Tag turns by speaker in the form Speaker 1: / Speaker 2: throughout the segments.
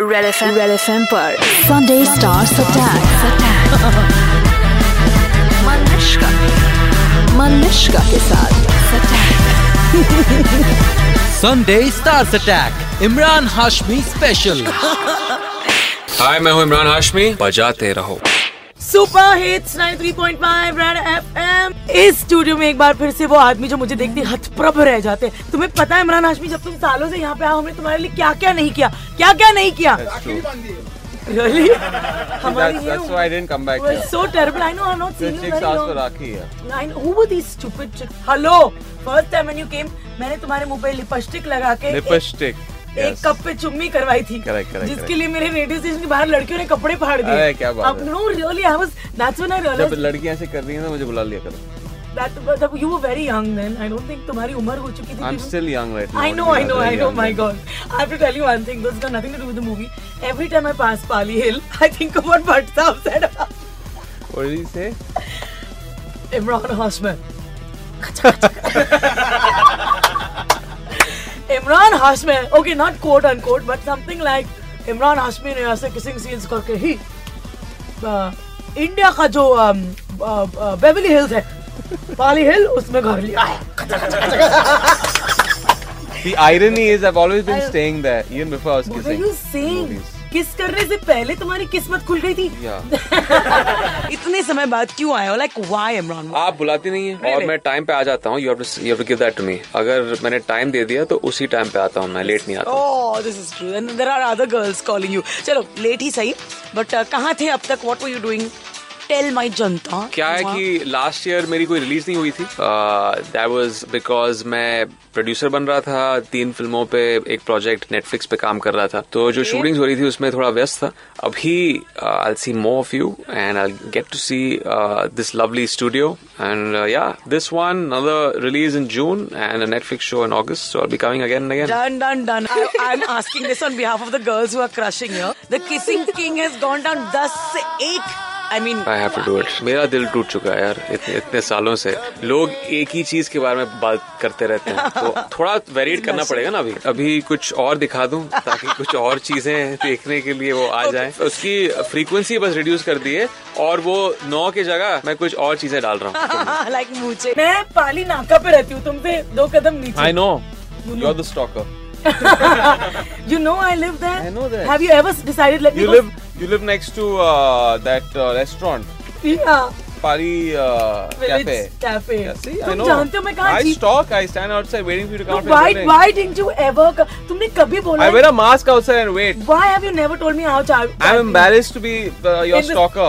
Speaker 1: Red F M Red F M पर Sunday stars attack Manushka Manushka के साथ
Speaker 2: Sunday stars attack Imran Hashmi special
Speaker 3: hi मैं हूं इमरान हाशमी बजाते रहो
Speaker 4: सुपर हिट्स 93.5 रेड एफएम इस स्टूडियो में एक बार फिर से वो आदमी जो मुझे देखते ही हथप्रभ रह जाते हैं तुम्हें पता है इमरान हाशमी जब तुम सालों से यहाँ पे आओ हमने तुम्हारे लिए क्या क्या नहीं किया क्या क्या नहीं किया Really? हमारी
Speaker 5: That's,
Speaker 4: ये
Speaker 5: that's why I didn't come back
Speaker 4: was
Speaker 5: here.
Speaker 4: so terrible. I know I've not
Speaker 5: The
Speaker 4: seen you
Speaker 5: chicks
Speaker 4: very
Speaker 5: asked for
Speaker 4: long.
Speaker 5: Rakhi here.
Speaker 4: I know- who were these stupid chicks? Hello. First time when you came, मैंने तुम्हारे मुंह पे lipstick लगा के एक-
Speaker 5: Lipstick.
Speaker 4: एक
Speaker 5: Yes.
Speaker 4: Cup पे चुम्मी करवाई थी
Speaker 5: Correct, correct,
Speaker 4: जिसके
Speaker 5: correct.
Speaker 4: लिए मेरे रेडियो स्टेशन के बाहर लड़कियों ने कपड़े फाड़ दिए
Speaker 5: अरे, क्या बात है।
Speaker 4: No really I was that's when I
Speaker 5: जब
Speaker 4: रियलाइज्ड
Speaker 5: लड़कियां ऐसे कर रही हैं तो मुझे बुला लिया करो
Speaker 4: That that you were very young then. I don't think तुम्हारी उम्र हो चुकी थी.
Speaker 5: आई एम
Speaker 4: कि-
Speaker 5: still young right
Speaker 4: I know, I know, I know. My God, I have to tell you one thing. This has got nothing to do with the movie. Every time I pass Pali Hill, I think of what Bhatt Saab said about
Speaker 5: What did he say?
Speaker 4: Imran Hashmi. Imran Hashmi. Okay, not quote unquote, but something like Imran Hashmi ने ऐसे kissing scenes करके ही uh, India का जो uh, Beverly Hills है पाली हिल उसमें घर लिया है
Speaker 5: The irony is I've always been
Speaker 4: I-
Speaker 5: staying there even before I was
Speaker 4: What are
Speaker 5: kissing.
Speaker 4: you saying?
Speaker 5: movies.
Speaker 4: Kiss करने से पहले तुम्हारी किस्मत खुल गई थी
Speaker 5: Yeah.
Speaker 4: इतने समय बाद क्यों आए हो लाइक व्हाई इमरान
Speaker 3: आप बुलाती नहीं है और
Speaker 4: Really?
Speaker 3: मैं टाइम पे आ जाता हूँ you have to you have to give that to me अगर मैंने टाइम दे दिया तो उसी टाइम पे आता हूँ मैं लेट नहीं आता हूं।
Speaker 4: Oh this is true and there are other girls calling you चलो लेट ही सही बट कहाँ थे अब तक what were you doing tell my जनता
Speaker 3: क्या है कि लास्ट ईयर मेरी कोई रिलीज नहीं हुई थी Uh, दैट वाज बिकॉज मैं प्रोड्यूसर बन रहा था तीन फिल्मों पे एक प्रोजेक्ट नेटफ्लिक्स पे काम कर रहा था तो जो शूटिंग्स हो रही थी उसमें थोड़ा व्यस्त था अभी uh, I see more of you and I get to see this lovely studio and yeah this one another release in June and Netflix show in August so I be coming again and again
Speaker 4: Done, done, done. I, I'm asking this on behalf of the girls who are crushing here. The kissing king has gone down thus एक. I mean,
Speaker 3: I have to do it मेरा दिल टूट चुका है यार इतने, इतने सालों से लोग एक ही चीज के बारे में बात करते रहते हैं तो थोड़ा वेरिएट करना पड़ेगा ना अभी अभी कुछ और दिखा दूं ताकि कुछ और चीजें देखने के लिए वो आ जाए उसकी फ्रीक्वेंसी बस रिड्यूस कर दी है और वो नौ की जगह मैं कुछ और चीजें डाल रहा हूँ
Speaker 4: like मुझे. मैं पाली नाका पे रहती हूँ तुमसे दो कदम नीचे.
Speaker 5: I know. You're the stalker.
Speaker 4: You know I live there.
Speaker 5: I know that.
Speaker 4: Have you ever decided let me
Speaker 5: You
Speaker 4: go?
Speaker 5: live you live next to uh, that uh, restaurant.
Speaker 4: Yeah.
Speaker 5: Pari uh,
Speaker 4: Village
Speaker 5: Cafe.
Speaker 4: Cafe.
Speaker 5: Yeah, see, I
Speaker 4: तुम
Speaker 5: know.
Speaker 4: जानते हो मैं कहाँ
Speaker 5: I
Speaker 4: ji
Speaker 5: stalk. I stand outside waiting for you to come. out for
Speaker 4: why
Speaker 5: something.
Speaker 4: why didn't you ever तुमने कभी बोला
Speaker 5: I wear a mask outside and wait.
Speaker 4: why have you never told me how child
Speaker 5: I'm embarrassed to be uh, your stalker.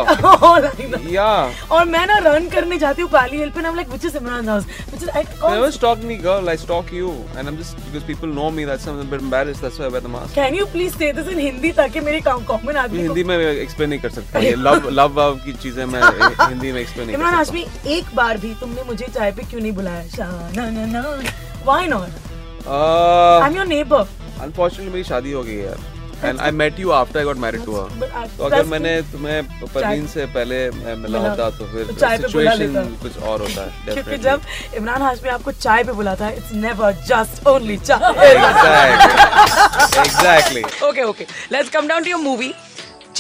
Speaker 5: Yeah.
Speaker 4: Oh, और मैं ना run करने जाती हूँ पाली हिल पे ना like which is Imran house which is I
Speaker 5: I never stalk any girl. I stalk you, and I'm just because people know me. That's I'm a bit embarrassed. That's why I wear the mask.
Speaker 4: Can you please say this in Hindi ताकि मेरे common
Speaker 5: मैं
Speaker 4: आदमी को-
Speaker 5: हिंदी में explain नहीं कर सकता ये लव लव लव की चीजें मैं हिंदी में एक्सप्लेन नहीं
Speaker 4: इमरान
Speaker 5: कर सकता
Speaker 4: हाशमी एक बार भी तुमने मुझे चाय पे क्यों नहीं बुलाया Shah why not I am your neighbour
Speaker 5: unfortunately Uh, मेरी शादी हो गई है यार and I met you after I got married to her
Speaker 4: but I-
Speaker 5: तो अगर
Speaker 4: that's-
Speaker 5: मैंने तुम्हें परवीन से पहले मैं मिला
Speaker 4: मिला-
Speaker 5: होता तो फिर
Speaker 4: तो चाय पे बुला लेता।
Speaker 5: सिचुएशन कुछ और होता है
Speaker 4: क्योंकि जब इमरान हाशमी आपको चाय पे बुलाता है it's never just only chai
Speaker 5: exactly exactly
Speaker 6: Okay, okay. Let's come down to your movie,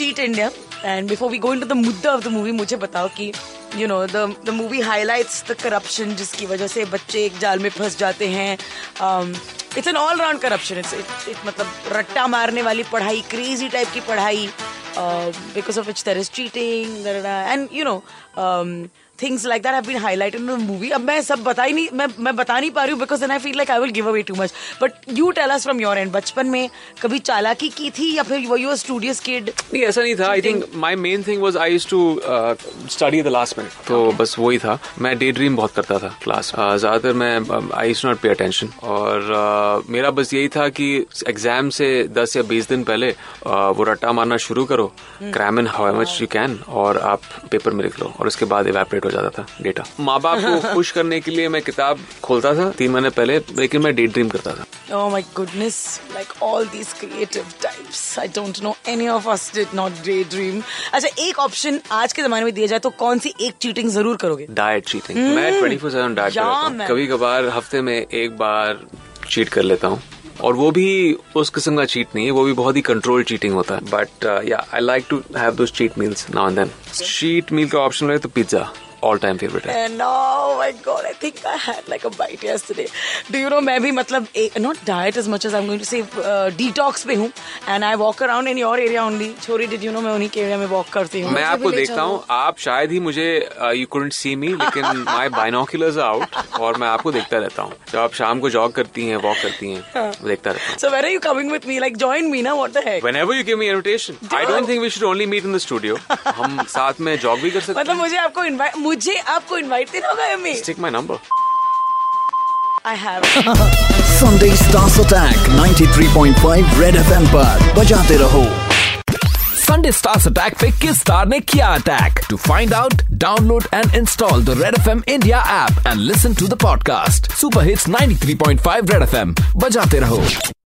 Speaker 6: Cheat India. And before we go into the mudda of the movie, मुझे बताओ कि you know the the movie highlights the corruption जिसकी वजह से बच्चे एक जाल में फंस जाते हैं. Um, it's an all round corruption. It's it, it मतलब रट्टा मारने वाली पढ़ाई, crazy type की पढ़ाई, uh, because of which there is cheating, da, da, da, and you know. Um, things like that have been highlighted in the movie अब मैं सब बता ही नहीं मैं मैं बता नहीं पा रही हूँ because then I feel like I will give away too much but you tell us from your end बचपन में कभी चालाकी की थी या फिर वर यू स्टूडियस किड
Speaker 3: नहीं ऐसा नहीं था I think my main thing was I use to study the last minute तो बस वही था मैं डे ड्रीम बहुत करता था क्लास ज्यादातर मैं um, I use not pay attention और uh, मेरा बस यही था कि एग्जाम से 10 या 20 दिन पहले uh, वो रट्टा मारना शुरू करो cram in how much you can और आप पेपर में लिख लो और उसके बाद इवेपरेट हो जाता था डेटा माँ बाप को खुश करने के लिए मैं किताब खोलता था तीन महीने पहले लेकिन मैं डे ड्रीम करता था
Speaker 6: Oh my goodness, like all these creative types. I don't know, any of us did not daydream. अच्छा एक ऑप्शन आज के जमाने में दिया जाए तो कौन सी एक चीटिंग जरूर करोगे
Speaker 3: डाइट चीटिंग
Speaker 4: Hmm.
Speaker 3: मैं twenty four seven diet
Speaker 6: Yeah,
Speaker 3: करता हूँ
Speaker 6: man.
Speaker 3: कभी कभार हफ्ते में एक बार चीट कर लेता हूँ और वो भी उस किस्म का चीट नहीं है वो भी बहुत ही कंट्रोल चीटिंग होता है uh, but yeah I like to have those cheat meals now and then cheat meal का ऑप्शन रहे तो पिज्जा ऑल टाइम फेवरेट है
Speaker 4: And oh my god, I think I had like a bite yesterday. Do you know, मैं भी मतलब एक- not diet as much as I'm going to say uh, detox पे हूँ and I walk around in your area only. छोरी did you know मैं उन्हीं के area में walk करती हूँ.
Speaker 3: मैं
Speaker 4: मुझे
Speaker 3: आपको
Speaker 4: भी ले
Speaker 3: देखता
Speaker 4: चलो.
Speaker 3: हूँ आप शायद ही मुझे uh, you couldn't see me लेकिन माय बाइनोक्यूलर्स आउट और मैं आपको देखता रहता हूँ जब आप शाम को जॉग करती हैं वॉक करती हैं
Speaker 4: हाँ।
Speaker 3: देखता रहता हूँ
Speaker 4: So when are you coming with me? Like join me ना what the heck?
Speaker 3: Whenever you give me invitation, I don't think we should only meet in the studio. हम साथ में जॉग भी कर सकते
Speaker 4: मतलब
Speaker 3: हैं.
Speaker 4: मुझे आपको invite मुझे आपको invite देना होगा Amy.
Speaker 3: Just take my number.
Speaker 4: I have.
Speaker 7: Sunday Stars Attack 93.5 Red FM पर बजाते रहो
Speaker 8: संडे स्टार्स अटैक पे किस स्टार ने किया attack to find out download and install the red F M India app and listen to the podcast super hits 93.5 red F M बजाते रहो